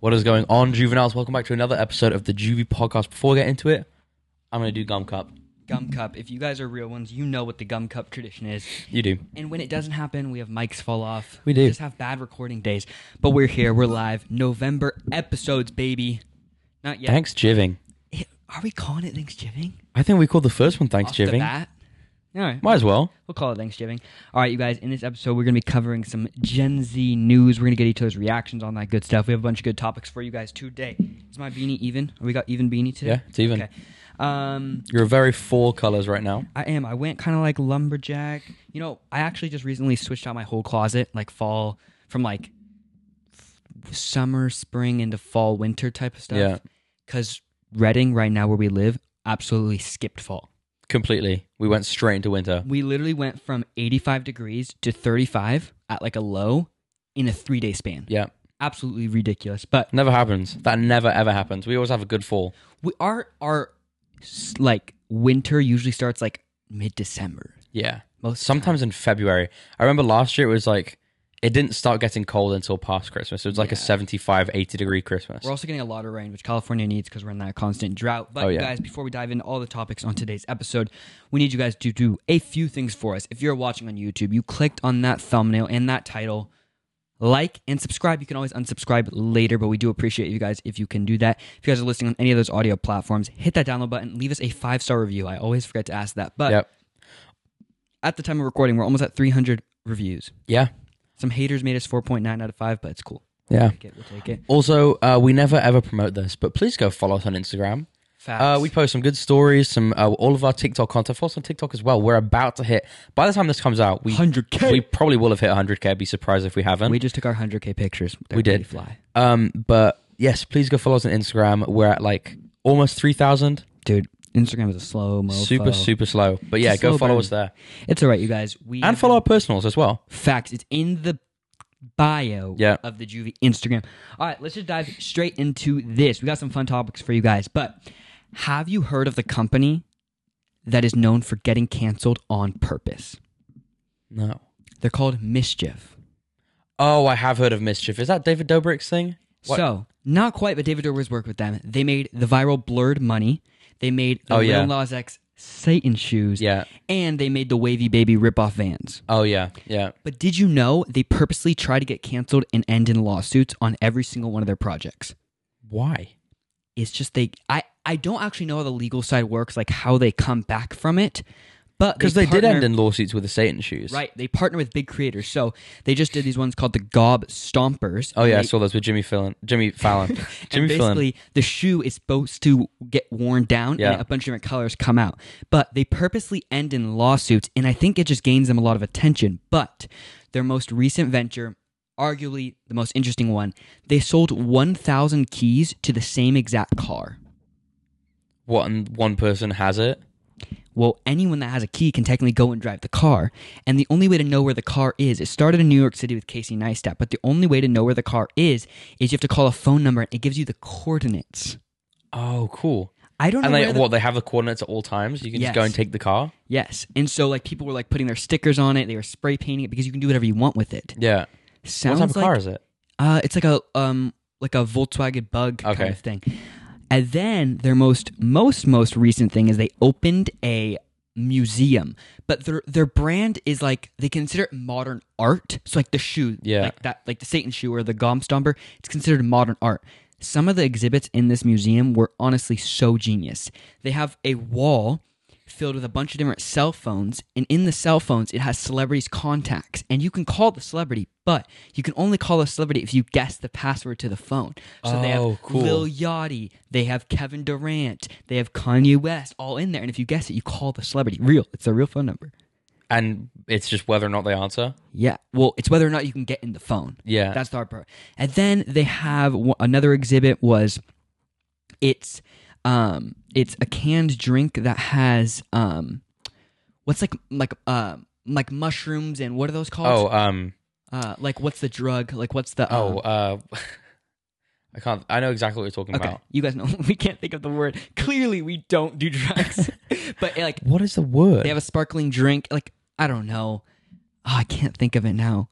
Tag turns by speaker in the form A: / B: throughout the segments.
A: What is going on, juveniles? Welcome back to another episode of the Juvie Podcast. Before we get into it, I'm going to do Gum Cup.
B: Gum cup. If you guys are real ones, you know what the gum cup tradition is.
A: You do.
B: And when it doesn't happen, we have mics fall off.
A: We do.
B: just have bad recording days. But we're here. We're live. November episodes, baby. Not yet.
A: Thanksgiving.
B: It- are we calling it Thanksgiving?
A: I think we called the first one
B: Off the
A: Thanksgiving.
B: bat? All right.
A: Might as well.
B: We'll call it Thanksgiving. All right, you guys. In this episode, we're going to be covering some Gen Z news. We're going to get each other's reactions on that good stuff. We have a bunch of good topics for you guys today. Is my beanie even? We got even beanie today.
A: Yeah, it's even.
B: Okay. Um,
A: You're very four colors right now.
B: I am. I went kind of like lumberjack. You know, I actually just recently switched out my whole closet, like fall from like f- summer, spring into fall, winter type of stuff.
A: Yeah.
B: Because Reading, right now where we live, absolutely skipped fall.
A: Completely. We went straight into winter.
B: We literally went from 85 degrees to 35 at like a low in a three day span.
A: Yeah.
B: Absolutely ridiculous. But
A: Never happens. That never, ever happens. We always have a good fall.
B: we, our, our s- like winter usually starts like mid December.
A: Yeah.
B: Most of the
A: Sometimes in February. I remember last year it was like, it didn't start getting cold until past Christmas. It was like a 75, 80 degree Christmas.
B: We're also getting a lot of rain, which California needs because we're in that constant drought. But
A: Oh,
B: you
A: yeah.
B: guys, before we dive into all the topics on today's episode, we need you guys to do a few things for us. If you're watching on YouTube, you clicked on that thumbnail and that title. Like and subscribe. You can always unsubscribe later, but we do appreciate you guys if you can do that. If you guys are listening on any of those audio platforms, hit that download button. Leave us a five star review. I always forget to ask that, but
A: Yep.
B: at the time of recording, we're almost at 300 reviews.
A: Yeah.
B: Some haters made us 4.9 out of five, but it's cool.
A: Yeah.
B: We'll take it. We'll take it.
A: Also, uh, we never ever promote this, but please go follow us on Instagram.
B: Facts.
A: Uh, we post some good stories, some uh, all of our TikTok content. Follow us on TikTok as well. We're about to hit. By the time this comes out, we
B: 100K.
A: We probably will have hit 100k. I'd be surprised if we haven't.
B: We just took our 100k pictures. They're
A: We did.
B: pretty fly.
A: um, but yes, please go follow us on Instagram. We're at like almost 3,000.
B: Dude, Instagram is a slow mo.
A: Super super slow. But yeah,
B: It's a
A: go
B: slow
A: follow
B: burn.
A: us there
B: It's all right, you guys. We
A: and
B: have
A: follow our personals as well.
B: facts. It's in the bio
A: Yeah.
B: of the Juvie Instagram. All right, let's just dive straight into this. We got some fun topics for you guys. But have you heard of the company that is known for getting canceled on purpose?
A: No.
B: They're called Mischief.
A: Oh, I have heard of mischief. Is that David Dobrik's thing? What-
B: So, not quite, but David Dobrik worked with them. They made the viral Blurred Money. They made the
A: Oh,
B: Lil
A: yeah.
B: Nas X Satan shoes.
A: Yeah.
B: And they made the Wavy Baby ripoff vans.
A: Oh yeah, yeah.
B: But did you know they purposely try to get canceled and end in lawsuits on every single one of their projects?
A: Why?
B: It's just they I I don't actually know how the legal side works, like how they come back from it. But
A: Because they, did
B: partner-
A: end in lawsuits with the Satan shoes.
B: right. They partner with big creators, so they just did these ones called the Gob Stompers.
A: Oh
B: and
A: yeah, I
B: they-
A: saw those with Jimmy Fallon. Jimmy Fallon. Jimmy
B: and
A: Fallon.
B: basically, the shoe is supposed to get worn down,
A: Yeah.
B: and a bunch of different colors come out. But they purposely end in lawsuits, and I think it just gains them a lot of attention. But their most recent venture, arguably the most interesting one, they sold 1,000 keys to the same exact car.
A: What? And one person has it.
B: Well, anyone that has a key can technically go and drive the car. And the only way to know where the car is, it started in New York City with Casey Neistat, but the only way to know where the car is is you have to call a phone number and it gives you the coordinates.
A: Oh, cool.
B: I don't know
A: And they
B: where the
A: what? They have the coordinates at all times. You can just go
B: Yes.
A: and take the car.
B: Yes. And so like people were like putting their stickers on it, they were spray painting it because you can do whatever you want with it.
A: Yeah.
B: Sounds
A: what type of
B: like
A: car is it?
B: uh it's like a um like a Volkswagen bug
A: Okay.
B: kind of thing. And then their most most most recent thing is they opened a museum. But their their brand is like they consider it modern art. So like the shoe,
A: Yeah.
B: like that like the Satan shoe or the Gom Stomper, it's considered modern art. Some of the exhibits in this museum were honestly so genius. They have a wall filled with a bunch of different cell phones, and in the cell phones, it has celebrities' contacts, and you can call the celebrity, but you can only call a celebrity if you guess the password to the phone. So they
A: Oh,
B: have
A: cool.
B: Lil Yachty, they have Kevin Durant, they have Kanye West, all in there, and if you guess it, you call the celebrity. Real, it's their real phone number.
A: And it's just whether or not they answer.
B: Yeah, well, it's whether or not you can get in the phone.
A: Yeah.
B: That's the hard part. And then they have w- another exhibit was it's um it's a canned drink that has um what's like like uh like mushrooms and what are those
A: oh,
B: called?
A: um,
B: Uh like what's the drug? Like what's the
A: oh,
B: um,
A: uh, I can't. I know exactly what you're talking
B: okay.
A: about.
B: You guys know we can't think of the word. Clearly we don't do drugs. but eh, like
A: What is the word?
B: they have a sparkling drink like I don't know. Oh, I can't think of it now.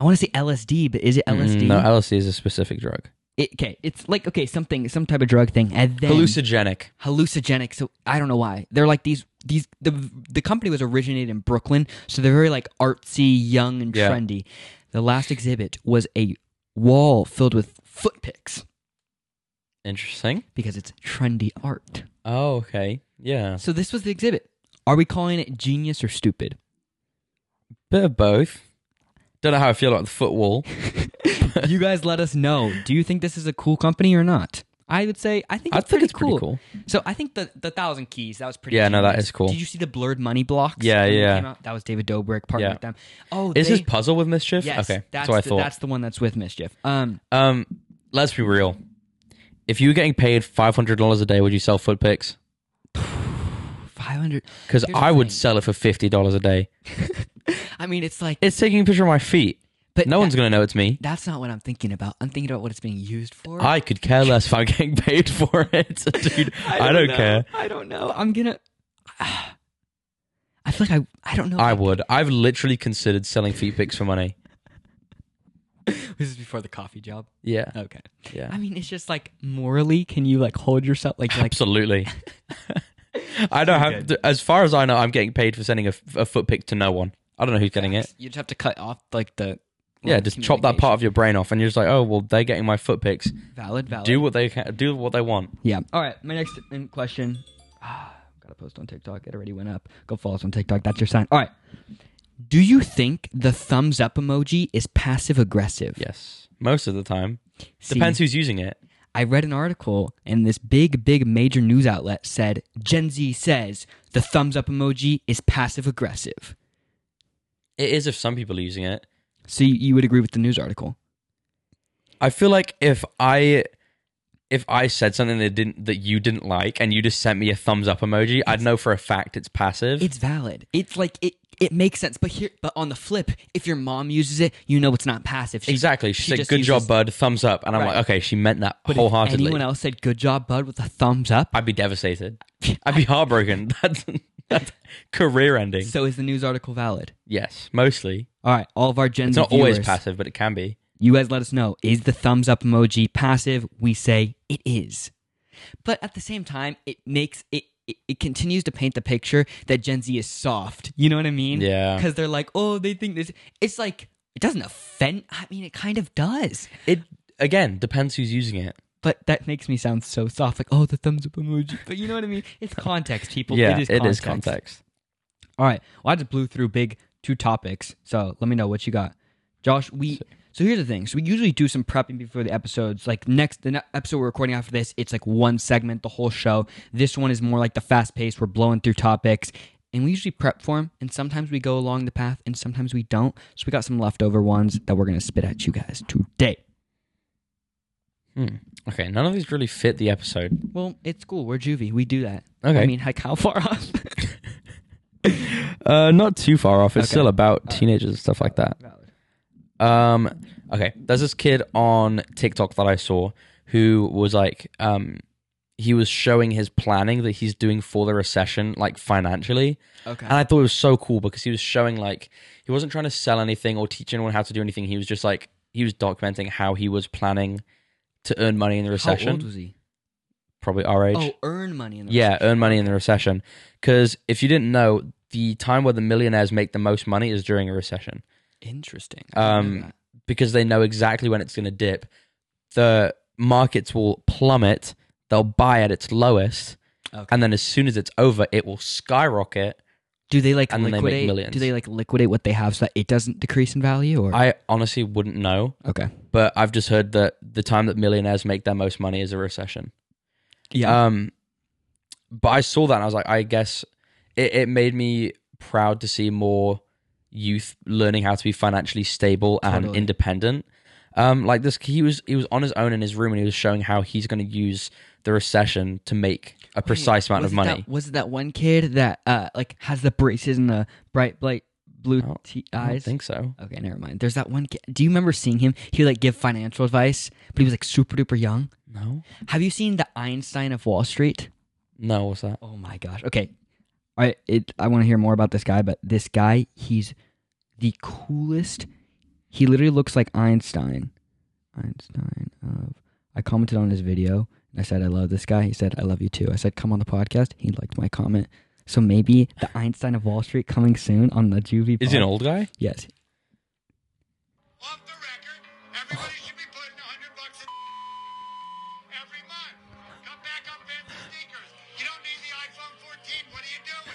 B: I want to say LSD, but is it LSD?
A: Mm, no, LSD is a specific drug.
B: It, okay, it's like okay, something, some type of drug thing, and then
A: Hallucinogenic.
B: hallucinogenic. So I don't know why they're like these. These the the company was originated in Brooklyn, so they're very like artsy, young, and
A: Yeah.
B: trendy. The last exhibit was a wall filled with foot picks
A: Interesting.
B: because it's trendy art.
A: Oh, okay. Yeah.
B: So this was the exhibit. Are we calling it genius or stupid?
A: Bit of both. Don't know how I feel about the foot wall.
B: you guys let us know. Do you think this is a cool company or not? I would say I think
A: I
B: it's,
A: think
B: pretty,
A: it's pretty
B: cool.
A: cool.
B: So I think the the thousand keys that was pretty.
A: Yeah, no, that
B: genius.
A: is cool.
B: Did you see the blurred money blocks?
A: Yeah,
B: when they
A: yeah.
B: came out? That was David Dobrik partnered
A: Yeah.
B: with them. Oh,
A: Is
B: they,
A: this puzzle with mischief?
B: yes,
A: okay, that's
B: That's
A: what I
B: the,
A: thought.
B: That's the one that's with mischief. Um,
A: Um, let's be real. If you were getting paid five hundred dollars a day, would you sell foot picks?
B: five hundred.
A: Because
B: Here's the
A: I would
B: thing.
A: sell it for fifty dollars a day.
B: I mean, it's like,
A: It's taking a picture of my feet.
B: but
A: No
B: that-
A: one's gonna know it's me.
B: That's not what I'm thinking about. I'm thinking about what it's being used for.
A: I could care less if I'm getting paid for it, dude. I, don't,
B: know.
A: care.
B: I don't know. I'm gonna. I feel like I. I don't know.
A: I would. I've literally considered selling feet pics for money.
B: this is before the coffee job.
A: Yeah,
B: Okay.
A: yeah,
B: I mean, it's just like morally, can you like hold yourself like like
A: absolutely. I don't
B: Pretty
A: have.
B: good.
A: To, as far as I know, I'm getting paid for sending a, a foot pic to no one. I don't know who's getting it.
B: You just have to cut off like the
A: Yeah, just chop that part of your brain off, and you're just like, oh well, they're getting my foot pics.
B: Valid, valid.
A: Do what they can, do what they want.
B: yeah. All right. My next um, question. Ah, Got to post on TikTok. It already went up. Go follow us on TikTok. That's your sign. All right. Do you think the thumbs up emoji is passive aggressive?
A: Yes, most of the time.
B: See,
A: Depends who's using it.
B: I read an article and this big, big major news outlet said Gen Z says the thumbs up emoji is passive aggressive.
A: It is if some people are using it.
B: So you, you would agree with the news article?
A: I feel like if I if I said something that didn't that you didn't like, and you just sent me a thumbs up emoji, I'd know for a fact it's passive.
B: It's valid. It's like it it makes sense. But here but on the flip, if your mom uses it, you know it's not passive. She-
A: exactly. She,
B: she
A: said,
B: just
A: "Good job,
B: uses-
A: bud." Thumbs up, and I'm
B: Right.
A: like, okay, she meant that
B: But if
A: wholeheartedly.
B: anyone else said good job, bud, with a thumbs up.
A: I'd be devastated. I'd be heartbroken. That's, that's career ending.
B: So is the news article valid?
A: Yes, mostly.
B: All right, all of our Gen
A: It's
B: Z
A: not always
B: viewers,
A: passive, but it can be.
B: You guys let us know. Is the thumbs up emoji passive? We say it is. But at the same time, it makes it it, it continues to paint the picture that Gen Z is soft. You know what I mean?
A: Yeah.
B: Because they're like, oh, they think this. It's like it doesn't offend. I mean, it kind of does.
A: It again depends who's using it.
B: but that makes me sound so soft like oh the thumbs up emoji but you know what i mean it's context people it, is, context. all right well i just blew through big two topics so let me know what you got josh we so here's the thing so we usually do some prepping before the episodes like next the ne- episode we're recording after this it's like one segment the whole show this one is more like the fast pace we're blowing through topics and we usually prep for them and sometimes we go along the path and sometimes we don't so we got some leftover ones that we're gonna spit at you guys today
A: Hmm. Okay, none of these really fit the episode.
B: Well, it's cool. We're juvie. We do that.
A: Okay.
B: I mean, like, how far off?
A: Uh, not too far off. It's
B: Okay.
A: still about teenagers and stuff like that. Um, okay, there's this kid on TikTok that I saw who was like, um, he was showing his planning that he's doing for the recession, like financially.
B: Okay.
A: And I thought it was so cool because he was showing like he wasn't trying to sell anything or teach anyone how to do anything. He was just like he was documenting how he was planning to earn money in the recession.
B: How old was he?
A: Probably our age.
B: Oh, earn money in the
A: yeah, earn money in the recession. Because if you didn't know, the time where the millionaires make the most money is during a recession
B: Interesting. I didn't know
A: um, because they know exactly when it's going to dip. The markets will plummet. They'll buy at its lowest,
B: that. Okay.
A: and then as soon as it's over, it will skyrocket.
B: do they like
A: and then they make
B: liquidate?
A: millions.
B: Do they like liquidate what they have so that it doesn't decrease in value? Or
A: I honestly wouldn't know,
B: okay.
A: but I've just heard that the time that millionaires make their most money is a recession.
B: Yeah.
A: Um, but I saw that and I was like, I guess it, it made me proud to see more youth learning how to be financially stable and
B: Totally.
A: independent. Um, like this, he was he was on his own in his room and he was showing how he's going to use the recession to make a precise amount of
B: was it that-
A: money.
B: was it that one kid that uh like has the braces and the bright bright blue
A: don't-
B: te-
A: Oh, I don't
B: eyes?
A: think so.
B: Okay, never mind. There's that one kid. Do you remember seeing him? He would like give financial advice, but he was like super duper young.
A: No,
B: Have you seen the Einstein of Wall Street?
A: no, what's that?
B: Oh my gosh. Okay. I it I want to hear more about this guy, but this guy, he's the coolest. He literally looks like Einstein. Einstein of I commented on his video and I said, I love this guy. He said, I love you too. I said, come on the podcast. He liked my comment. So maybe the Einstein of Wall Street coming soon on the Juvie
A: Is he an
B: pod-
A: old guy?
B: Yes.
C: Off the record, everybody should be putting 100 bucks in every month. Cut back on fancy sneakers. You don't need the iPhone 14. What are you doing?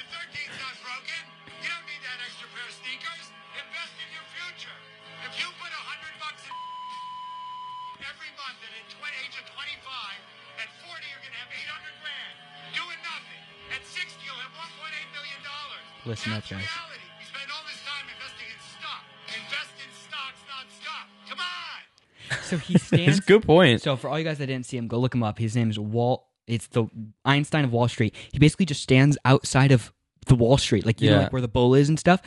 C: Your 13's not broken. You don't need that extra pair of sneakers. Invest in your future. If you put 100 bucks in every month and at the age of 25, at 40 you're going to have 800 grand doing nothing. At 60 you'll have 1.8 million dollars.
B: Listen
C: That's
B: up, guys.
C: reality. You spend all this time investing in stock. Invest in stocks non-stop. Come on.
B: So he
A: It's
B: stands.
A: a good point.
B: So for all you guys that didn't see him, go look him up. His name is Walt. It's the Einstein of Wall Street. He basically just stands outside of the Wall Street, like you know,
A: Yeah.
B: like where the bowl is and stuff.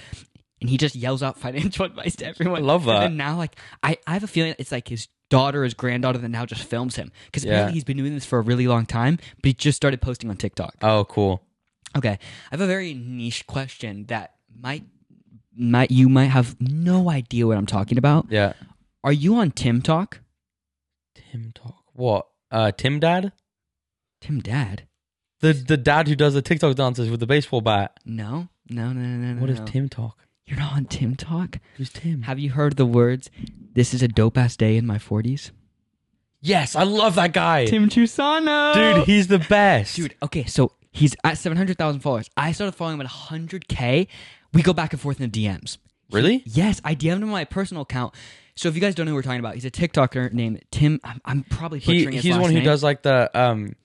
B: And he just yells out financial advice to everyone.
A: I love that.
B: And then now, like, I, I have a feeling it's like his daughter, his granddaughter, that now just films him because
A: Yeah.
B: apparently he's been doing this for a really long time, but he just started posting on TikTok.
A: oh, cool.
B: Okay, I have a very niche question that might, might you might have no idea what I'm talking about.
A: Yeah.
B: Are you on Tim Talk?
A: Tim Talk. What? Uh, Tim Dad?
B: Tim Dad?
A: The the dad who does the TikTok dances with the baseball bat.
B: No, no, no, no, no.
A: What is
B: no.
A: Tim Talk?
B: You're not on Tim Talk?
A: Who's Tim?
B: Have you heard the words, this is a dope ass day in my 40s?
A: Yes, I love that guy.
B: Tim Trusano!
A: Dude, he's the best.
B: Dude, okay, so he's at 700,000 followers. I started following him at 100K. We go back and forth in the DMs.
A: really?
B: Yes, I DM'd him on my personal account. So if you guys don't know who we're talking about, he's a TikToker named Tim. I'm, I'm probably
A: He,
B: butchering his
A: he's the
B: last
A: one who
B: name.
A: does like the um,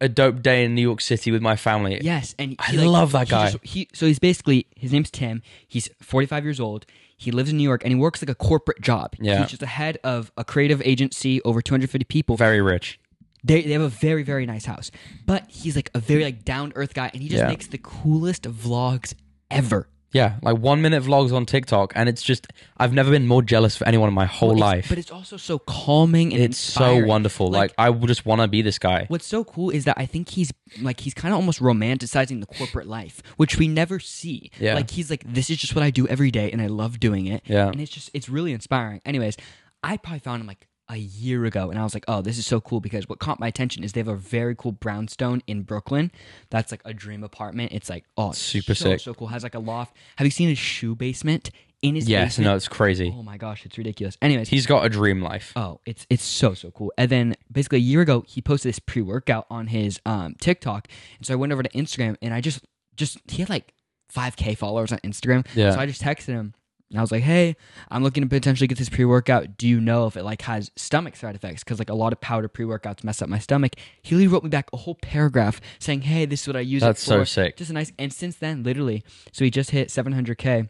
A: a dope day in New York City with my family.
B: Yes, and
A: I
B: he, like,
A: love that
B: he
A: guy.
B: just- he so he's basically his name's Tim. He's 45 years old. He lives in New York and he works like a corporate job.
A: Yeah.
B: he's just the head of a creative agency over 250 people.
A: Very rich.
B: They, they have a very very nice house, but he's like a very like down to earth guy, and he just
A: Yeah.
B: makes the coolest vlogs ever.
A: Yeah, like one minute vlogs on TikTok, and it's just I've never been more jealous for anyone in my whole
B: It's-
A: life.
B: but it's also so calming and
A: it's so
B: inspiring.
A: wonderful. Like, I would just want to be this guy.
B: What's so cool is that I think he's like he's kind of almost romanticizing the corporate life, which we never see.
A: Yeah.
B: Like he's like, this is just what I do every day, and I love doing it.
A: Yeah.
B: And it's just it's really inspiring. Anyways, I probably found him like a year ago, and I was like, oh, this is so cool because what caught my attention is they have a very cool brownstone in Brooklyn. That's like a dream apartment. It's like oh, it's
A: Super
B: so,
A: sick.
B: so cool. Has like a loft. Have you seen his shoe basement? In his
A: Yes, no,
B: basement.
A: it's crazy.
B: Oh my gosh, it's ridiculous. Anyways,
A: He's got a dream life.
B: Oh, it's it's so so cool. And then basically a year ago, he posted this pre workout on his um, TikTok, and so I went over to Instagram and I just just he had like 5k followers on Instagram.
A: Yeah.
B: So I just texted him and I was like, "Hey, I'm looking to potentially get this pre workout. Do you know if it like has stomach side effects? Because like a lot of powder pre workouts mess up my stomach." He literally wrote me back a whole paragraph saying, "Hey, this is what I use."
A: That's
B: it
A: so
B: for."
A: sick.
B: Just a nice. And since then, literally, so he just hit 700k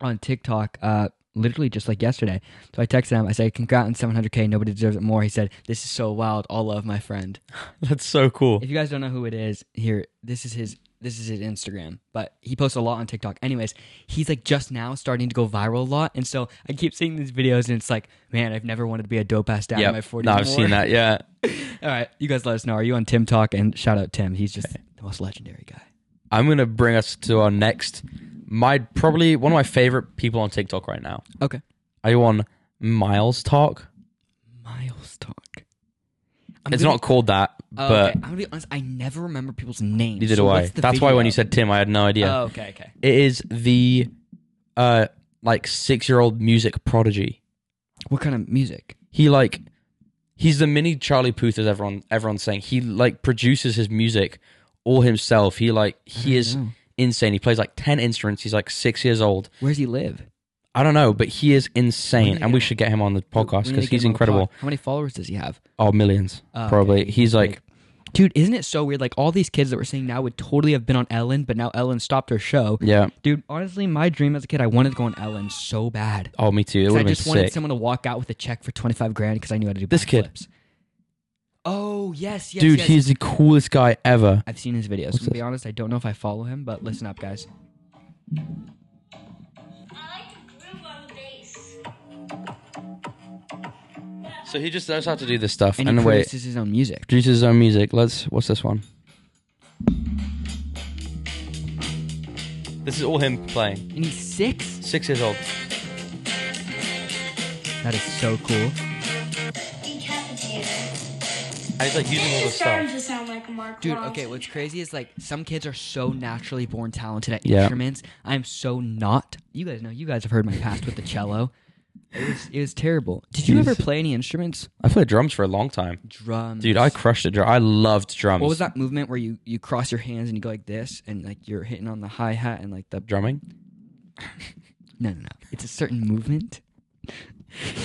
B: on TikTok, uh, literally just like yesterday. So I texted him. I said, "Congrats on 700k. Nobody deserves it more." He said, "This is so wild. All love, my friend."
A: That's so cool.
B: If you guys don't know who it is, here this is his this is his Instagram, but he posts a lot on TikTok. Anyways, he's like just now starting to go viral a lot, and so I keep seeing these videos, and it's like, man, I've never wanted to be a dope ass dad
A: Yeah,
B: in my 40s.
A: no, I've
B: more.
A: seen that. Yeah,
B: All right, you guys, let us know. Are you on Tim Talk? And shout out Tim. He's just the most legendary guy.
A: I'm gonna bring us to our next. My probably one of my favorite people on TikTok right now.
B: Okay,
A: Are you on Miles Talk?
B: Miles Talk. I'm
A: It's
B: gonna-
A: not called that,
B: Oh,
A: but
B: okay. I'm gonna be honest. I never remember people's names.
A: neither
B: so
A: do I.
B: what's the
A: That's why when you
B: video?
A: said Tim, I had no idea.
B: Oh, okay, okay.
A: it is the uh like six year old music prodigy.
B: What kind of music?
A: He like he's the mini Charlie Puth as everyone everyone's saying. He like produces his music all himself. He like he is
B: know.
A: insane. He plays like ten instruments. He's like six years old.
B: Where does he live?
A: I don't know, but he is
B: We need
A: insane,
B: to
A: and
B: get
A: we
B: him-
A: should get him on the podcast
B: We need to
A: because
B: get
A: he's
B: him on the pod.
A: incredible.
B: How many followers does he have?
A: Oh, millions
B: Oh,
A: probably.
B: okay.
A: He's like,
B: dude, isn't it so weird? Like all these kids that we're seeing now would totally have been on Ellen, but now Ellen stopped her show.
A: yeah.
B: Dude, honestly, my dream as a kid, I wanted to go on Ellen so bad.
A: Oh, me too. It
B: 'Cause
A: would
B: I
A: have been
B: just wanted
A: sick.
B: someone to walk out with a check for twenty five grand because I knew how to do
A: This kid.
B: backflips. Oh yes, yes,
A: Dude,
B: yes.
A: he's the coolest guy ever.
B: I've seen his videos. To be honest, I don't know if I follow him, but listen up, guys.
D: I like the groove on the bass.
A: So he just knows how to do this stuff.
B: And
A: And,
B: he
A: wait,
B: produces his own music.
A: produces his own music. Let's. What's this one? This is all him playing.
B: And he's six.
A: Six years old.
B: That is so cool.
D: Be careful,
A: And he's like using all
D: This
A: this
D: is starting
A: stuff.
D: to sound like a Mark
B: Dude,
D: Ronson
B: okay, what's crazy is like some kids are so naturally born talented at
A: Yeah.
B: instruments. I'm so not. You guys know, you guys have heard my past with the cello. It was it was terrible. Did you
A: Jeez.
B: ever play any instruments?
A: I played drums for a long time,
B: Drums.
A: dude. I crushed it. I loved drums.
B: What was that movement where you you cross your hands and you go like this and like you're hitting on the hi hat and like the
A: Drumming,
B: No, no, no. It's a certain movement.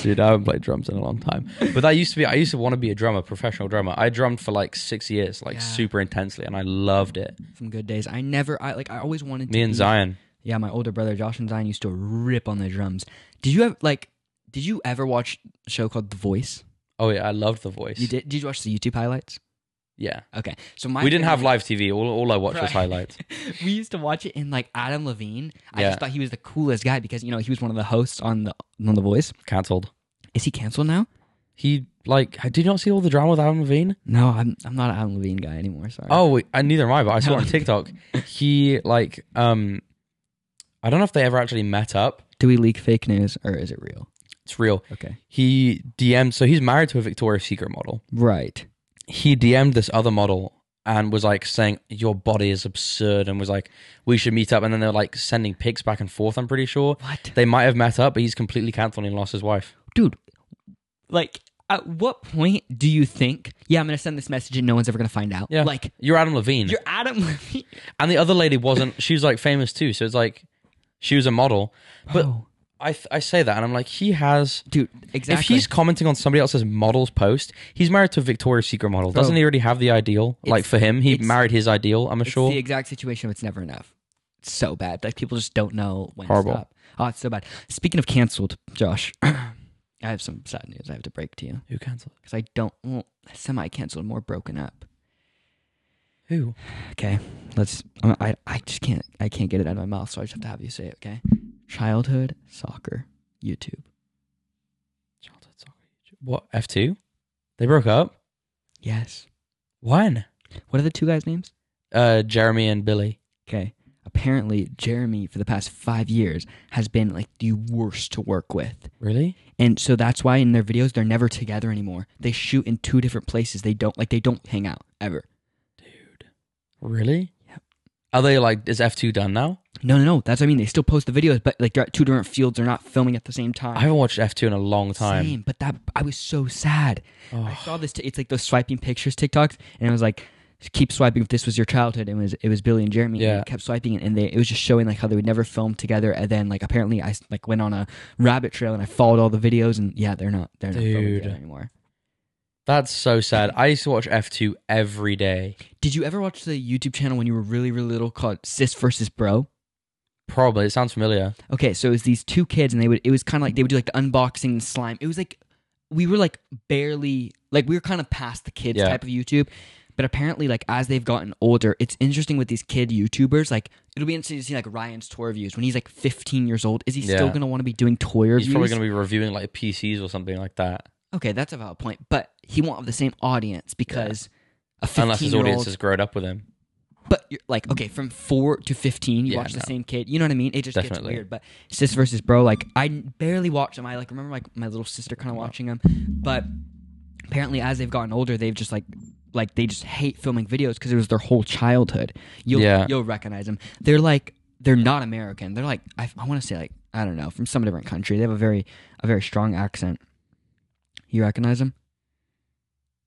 A: dude. I haven't played drums in a long time. But that used to be. I used to want to be a drummer, professional drummer. I drummed for like six years, like
B: Yeah.
A: super intensely, and I loved it.
B: Some good days. I never I like I always wanted to
A: Me and
B: be-
A: Zion.
B: Yeah, my older brother Josh and Zion used to rip on the drums. Did you ever like did you ever watch a show called The Voice?
A: Oh yeah, I loved the voice.
B: You did did you watch the YouTube highlights?
A: Yeah.
B: Okay. So my
A: we didn't have
B: family-
A: live TV. All, all I watched was
B: Right.
A: highlights.
B: we used to watch it and like Adam Levine. I
A: Yeah.
B: just thought he was the coolest guy because you know he was one of the hosts on the on The Voice.
A: Cancelled.
B: Is he canceled now?
A: He like did you not see all the drama with Adam Levine?
B: No, I'm I'm not an Adam Levine guy anymore. Sorry.
A: Oh, wait, I neither am I. But I saw it on
B: No.
A: TikTok. He like um, I don't know if they ever actually met up.
B: do we leak fake news or is it real?
A: It's real.
B: Okay,
A: He DM'd. So he's married to a Victoria's Secret model.
B: right.
A: He DM'd this other model and was like saying your body is absurd and was like we should meet up. And then they were like sending pics back and forth. I'm pretty sure
B: What,
A: they might have met up, but he's completely cancelled and lost his wife.
B: dude? Like, at what point do you think? Yeah, I'm gonna send this message and no one's ever gonna find out.
A: Yeah,
B: like
A: you're Adam Levine.
B: you're Adam Levine.
A: and the other lady wasn't she was like famous too so it's like she was a model but
B: Oh,
A: I, th- I say that and i'm like he has
B: dude, exactly.
A: if he's commenting on somebody else's model's post he's married to a victoria's secret model doesn't
B: Bro.
A: he already have the ideal like
B: Oh. It's-
A: for him he
B: it's-
A: married his ideal i'm
B: it's
A: sure
B: the exact situation. where It's never enough. It's so bad. Like people just don't know when
A: Horrible.
B: to stop. Oh, it's so bad. Speaking of canceled, Josh, I have some sad news I have to break to you
A: who cancelled
B: because I don't well, semi canceled, more broken up.
A: who
B: Okay, let's. I I- I just can't I can't get it out of my mouth, so I just have to have you say it. Okay, childhood soccer YouTube.
A: childhood soccer what f2 they broke up
B: Yes.
A: when
B: What are the two guys' names?
A: uh jeremy and billy
B: Okay. Apparently, Jeremy for the past five years has been like the worst to work with.
A: really
B: and so that's why in their videos they're never together anymore they shoot in two different places they don't like they don't hang out ever
A: dude really
B: Yep.
A: are they like is f2 done now
B: no no no that's what i mean they still post the videos but like they're at two different fields they're not filming at the same time
A: i haven't watched f2 in a long time
B: Same, but that i was so sad i
A: Oh.
B: saw this t- it's like those swiping pictures tiktoks and it was like keep swiping if this was your childhood and it was it was billy and jeremy and
A: Yeah.
B: I kept swiping and they it was just showing like how they would never film together and then like apparently i s- like went on a rabbit trail and i followed all the videos and yeah they're not they're not filming
A: Dude.
B: together anymore
A: That's so sad. I used to watch F2 every day.
B: Did you ever watch the YouTube channel when you were really, really little called Sis versus Bro?
A: Probably. It sounds familiar.
B: Okay, so it was these two kids, and they would. It was kind of like they would do like the unboxing and slime. It was like we were like barely like we were kind of past the kids
A: Yeah.
B: type of YouTube. But apparently, like as they've gotten older, it's interesting with these kid YouTubers. Like it'll be interesting to see like Ryan's toy reviews when he's like 15 years old. Is he still
A: Yeah.
B: gonna want to be doing toy reviews?
A: He's probably going to be reviewing like PCs or something like that.
B: okay, that's a valid point. But he won't have the same audience because a 15
A: Unless his
B: year
A: audience
B: old
A: has grown up with him.
B: But you're like, okay, from four to fifteen, you
A: Yeah,
B: watch the
A: no.
B: same kid. You know what I mean? It just gets
A: Definitely.
B: weird. But sis versus bro, like I barely watch them. I like remember like my little sister
A: Uh-huh.
B: kind of watching them. But apparently, as they've gotten older, they've just like like they just hate filming videos because it was their whole childhood. You'll
A: Yeah.
B: you'll recognize them. They're like they're not American. They're like I, I want to say like I don't know from some different country. They have a very a very strong accent. You recognize them?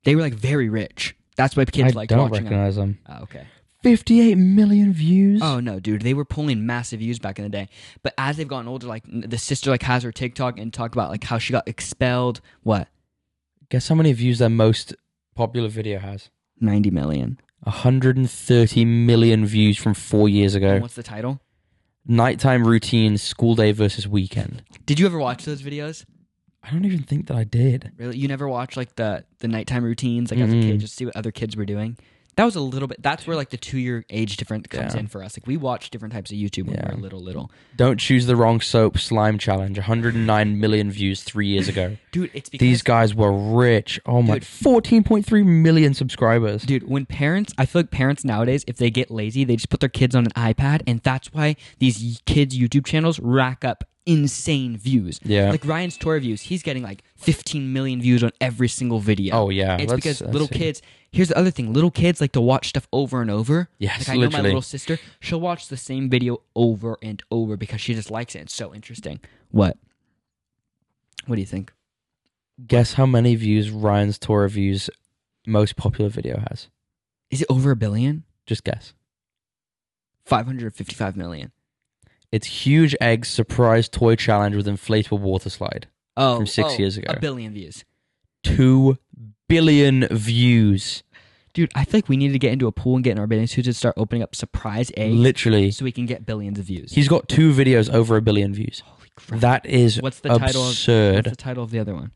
B: They were like very rich. That's why kids like watching them.
A: him.
B: Oh, okay.
A: 58 million views.
B: Oh no, dude! They were pulling massive views back in the day. But as they've gotten older, like n- the sister like has her TikTok and talk about like how she got expelled. What
A: Guess how many views their most popular video has?
B: ninety million?
A: 130 million views from four years
B: And
A: ago.
B: what's the title?
A: Nighttime routine, school day versus weekend.
B: Did you ever watch those videos?
A: I don't even think that I did.
B: Really, you never watched like the the nighttime routines like as a
A: Mm-mm.
B: kid, just see what other kids were doing. That was a little bit. That's where like the two year age difference comes
A: Yeah.
B: in for us. Like we watched different types of YouTube when
A: Yeah.
B: we were little, little.
A: Don't choose the wrong soap slime challenge. 109 million views three years ago.
B: Dude, it's because
A: These guys were rich. Oh my,
B: Dude.
A: 14.3 million subscribers.
B: Dude, when parents, I feel like parents nowadays, if they get lazy, they just put their kids on an iPad, and that's why these y- kids' YouTube channels rack up insane views.
A: Yeah.
B: Like Ryan's tour views, he's getting like 15 million views on every single video.
A: Oh, yeah,
B: It's
A: that's-
B: because
A: that's
B: little
A: it.
B: kids, here's the other thing little kids like to watch stuff over and over.
A: Yes,
B: Like I know my
A: literally.
B: little sister, she'll watch the same video over and over because she just likes it. It's so interesting. What? What do you think?
A: Guess how many views Ryan's tour reviews most popular video has?
B: Is it over a billion?
A: Just guess.
B: 555 million.
A: It's huge eggs surprise toy challenge with inflatable water slide.
B: Oh,
A: From six
B: oh,
A: years ago.
B: A billion views.
A: Two billion views.
B: Dude, I think we need to get into a pool and get in our bathing suits and start opening up surprise eggs
A: Literally,
B: so we can get billions of views.
A: he's got two videos over a billion views.
B: Holy crap.
A: That is
B: What's the title of-
A: absurd.
B: What's the title of the other one?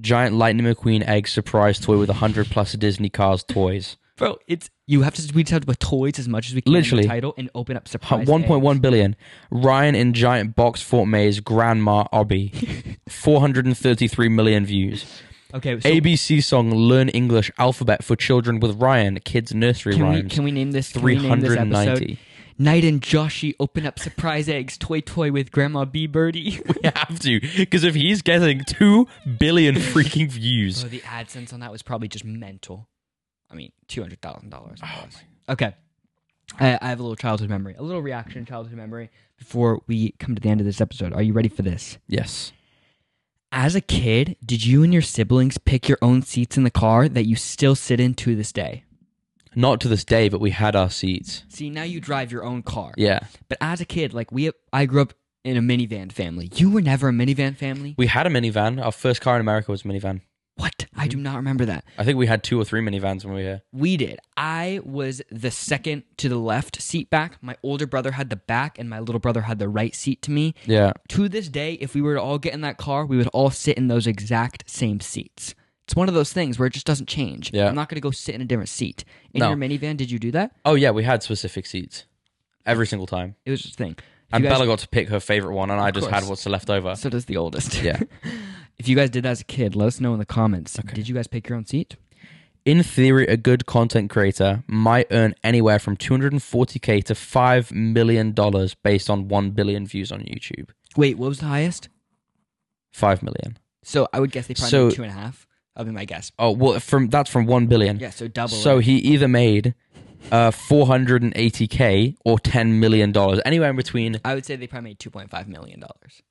A: Giant Lightning McQueen egg surprise toy with hundred plus Disney Cars toys.
B: Bro, it's you have to we have with toys as much as we can in
A: Literally.
B: the title and open up surprise.
A: One point one
B: eggs.
A: billion. Ryan in giant box Fort Mays Grandma Obby. Four hundred and thirty three million views.
B: Okay, so
A: ABC song Learn English Alphabet for Children with Ryan Kids Nursery
B: can we
A: Rhymes.
B: can we name this three hundred and ninety?
A: 390.
B: Knight and Joshy open up surprise eggs. Toy toy with Grandma B Birdie.
A: we have to because if he's getting two billion freaking views,
B: Oh, the AdSense on that was probably just mental. I mean, two hundred thousand dollars. Okay, I, I have a little childhood memory, a little reaction childhood memory before we come to the end of this episode. Are you ready for this?
A: yes,
B: As a kid, did you and your siblings pick your own seats in the car that you still sit in to this day?
A: not to this day, but we had our seats.
B: See, now you drive your own car.
A: Yeah,
B: But as a kid, like we, I grew up in a minivan family. You were never a minivan family.
A: we had a minivan. Our first car in America was a minivan.
B: What? I do not remember that.
A: I think we had two or three minivans when we were here.
B: We did. I was the second to the left seat back. My older brother had the back, and my little brother had the right seat to me.
A: Yeah,
B: To this day, if we were to all get in that car, we would all sit in those exact same seats. It's one of those things where it just doesn't change.
A: Yeah.
B: I'm not going to go sit in a different seat. In
A: No.
B: your minivan, did you do that?
A: Oh yeah, we had specific seats every single time.
B: It was just a thing. If
A: And
B: you guys-
A: Bella got to pick her favorite one, and I just had
B: course.
A: what's left over.
B: so does the oldest.
A: Yeah.
B: if you guys did that as a kid, let us know in the comments. Did you guys pick your own seat?
A: In theory, a good content creator might earn anywhere from 240k to five million dollars based on one billion views on YouTube.
B: Wait, what was the highest?
A: Five million.
B: So I would guess they probably
A: So-
B: made two and a half. That'd be my guess.
A: Oh well, from that's from one billion.
B: Yeah, so double.
A: So he either made uh 480k or 10 million dollars, anywhere in between.
B: I would say they probably made two point five million dollars.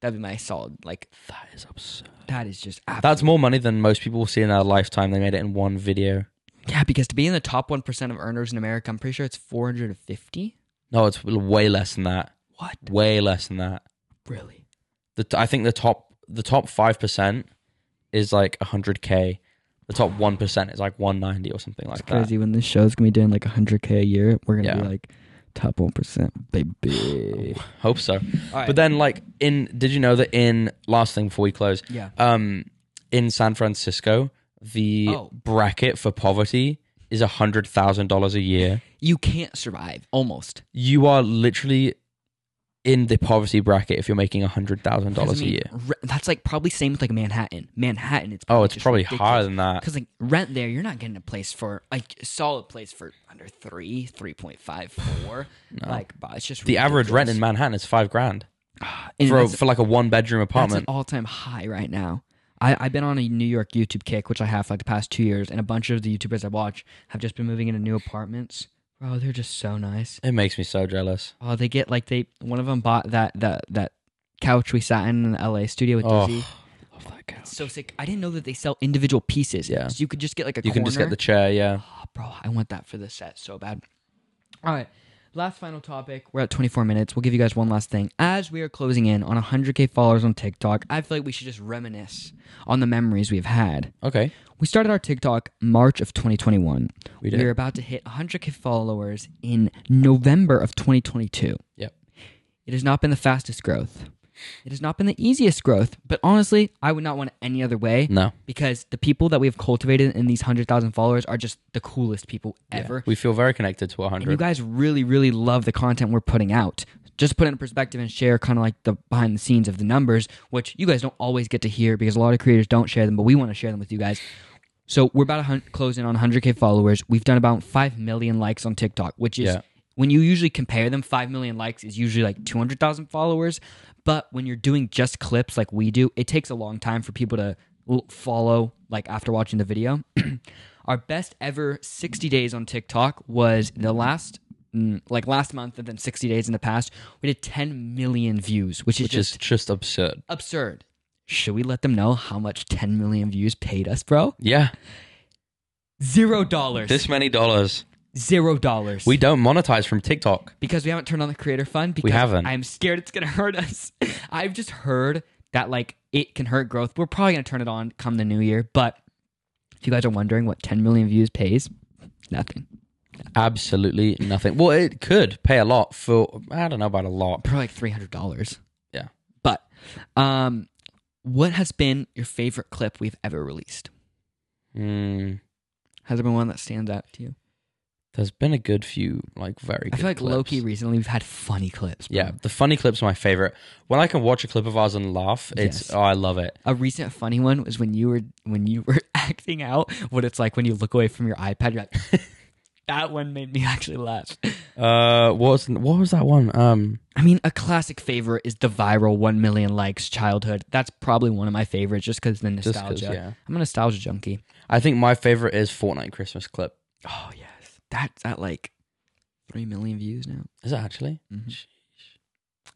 B: That'd be my solid. Like
A: That is absurd.
B: that is just absolutely
A: That's more money than most people will see in their lifetime. They made it in one video.
B: yeah. Because to be in the top one percent of earners in America, I'm pretty sure it's four hundred and fifty.
A: No, it's way less than that.
B: What
A: Way less than that.
B: really?
A: The t- I think the top the top five percent is like 100k. The top one percent is like 190 or something like that.
B: Crazy when this show's gonna be doing like hundred k a year, we're gonna
A: Yeah.
B: be like top one percent, baby.
A: Hope so.
B: right.
A: But then, like in, did you know that in last thing before we close?
B: Yeah.
A: Um, in San Francisco, the
B: Oh.
A: bracket for poverty is a hundred thousand dollars a year.
B: you can't survive almost.
A: You are literally in the poverty bracket if you're making a hundred thousand
B: Because,
A: dollars
B: I
A: a
B: mean,
A: year.
B: re- that's like probably same with like Manhattan. Manhattan, it's
A: Oh, it's
B: just
A: probably
B: ridiculous.
A: higher than that.
B: Because like rent there, you're not getting a place for like a solid place for under three, three point five, four. Like, but it's just
A: The average rent in
B: ridiculous.
A: Manhattan is five grand
B: And
A: for a,
B: that's-
A: for like a one bedroom
B: That's an
A: apartment.
B: all time high right now. I, I've been on a New York YouTube kick, which I have for like the past two years, and a bunch of the YouTubers I watch have just been moving into new apartments. Bro, they're just so nice.
A: It makes me so jealous.
B: Oh, they get like they one of them bought that that that couch we sat in in the LA studio with
A: Oh,
B: Dizzy.
A: love that couch.
B: So sick. I didn't know that they sell individual pieces.
A: Yeah.
B: So you could just get like a
A: You
B: corner.
A: can just get the chair. Yeah.
B: Oh, bro, I want that for this set so bad. All right. Last final topic. We're at 24 minutes. We'll give you guys one last thing. As we are closing in on 100K followers on TikTok, I feel like we should just reminisce on the memories we've had.
A: Okay.
B: We started our TikTok March of 2021.
A: We did.
B: We were about to hit 100K followers in November of 2022.
A: Yep.
B: It has not been the fastest growth. It has not been the easiest growth, but honestly, I would not want it any other way
A: No.
B: because the people that we have cultivated in these 100,000 followers are just the coolest people ever.
A: We feel very connected to
B: And you
A: 100.
B: guys really, really love the content we're putting out. Just put it in perspective and share kind of like the behind the scenes of the numbers, which you guys don't always get to hear because a lot of creators don't share them, but we want to share them with you guys. So we're about to hun- close in on 100K followers. We've done about 5 million likes on TikTok, which is
A: Yeah.
B: When you usually compare them, 5 million likes is usually like 200,000 followers. But when you're doing just clips like we do, it takes a long time for people to l- follow, like after watching the video. Our best ever 60 days on TikTok was the last, mm, like last month and then 60 days in the past. We did 10 million views, which,
A: which
B: is just
A: is just absurd.
B: absurd. Should we let them know how much 10 million views paid us, bro?
A: Yeah,
B: Zero dollars.
A: this many dollars.
B: Zero dollars.
A: We don't monetize from TikTok.
B: because we haven't turned on the creator fund because
A: haven't.
B: I'm scared it's gonna hurt us. I've just heard that like it can hurt growth. We're probably gonna turn it on come the new year, but if you guys are wondering what 10 million views pays, nothing.
A: Absolutely nothing. Well, it could pay a lot for. I don't know about a lot.
B: Probably like three hundred dollars.
A: Yeah.
B: But um what has been your favorite clip we've ever released?
A: Mm,
B: Has there been one that stands out to you?
A: there's been a good few, like very. Good
B: I feel like
A: clips.
B: Loki recently we've had funny clips. bro.
A: Yeah, the funny clips are my favorite. When I can watch a clip of ours and laugh, it's
B: Yes.
A: oh, I love it.
B: A recent funny one was when you were when you were acting out what it's like when you look away from your iPad. You're like, that one made me actually laugh.
A: Uh, what was what was that one? Um,
B: I mean, a classic favorite is the viral one million likes childhood. That's probably one of my favorites, just because the
A: Just
B: nostalgia.
A: 'cause, yeah.
B: I'm a nostalgia junkie.
A: I think my favorite is Fortnite Christmas clip.
B: Oh yes, that's at like three million views now.
A: Is it actually?
B: Mm-hmm.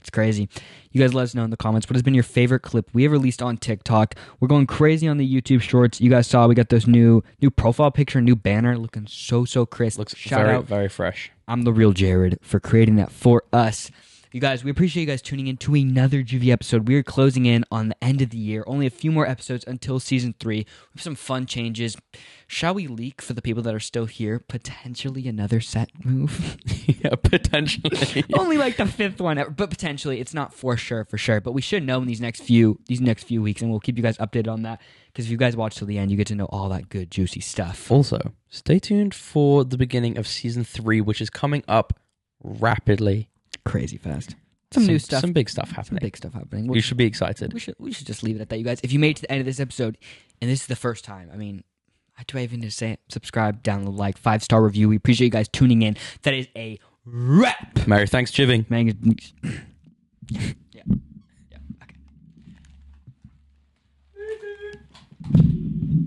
B: It's crazy. You guys let us know in the comments what has been your favorite clip we have released on TikTok. We're going crazy on the YouTube shorts. You guys saw we got those new new profile picture, new banner looking so so crisp.
A: Looks
B: Shout
A: very
B: out.
A: very fresh.
B: I'm the real Jared for creating that for us. You guys, we appreciate you guys tuning in to another Juvie episode. We are closing in on the end of the year. Only a few more episodes until season three. We have some fun changes. Shall we leak for the people that are still here? Potentially another set move.
A: yeah, potentially.
B: only like the fifth one ever, but potentially it's not for sure for sure but we should know in these next few these next few weeks and we'll keep you guys updated on that because if you guys watch till the end you get to know all that good juicy stuff
A: also, stay tuned for the beginning of season three, which is coming up rapidly.
B: crazy fast some, new stuff
A: some
B: some
A: big stuff happening.
B: big stuff happening
A: you
B: we'll,
A: should be excited.
B: we should we should just leave it at that you guys if you made it to the end of this episode and this is the first time i mean how do i even need to say it subscribe download like five star review we appreciate you guys tuning in that is a wrap
A: Mary, thanks, Chiving.
B: man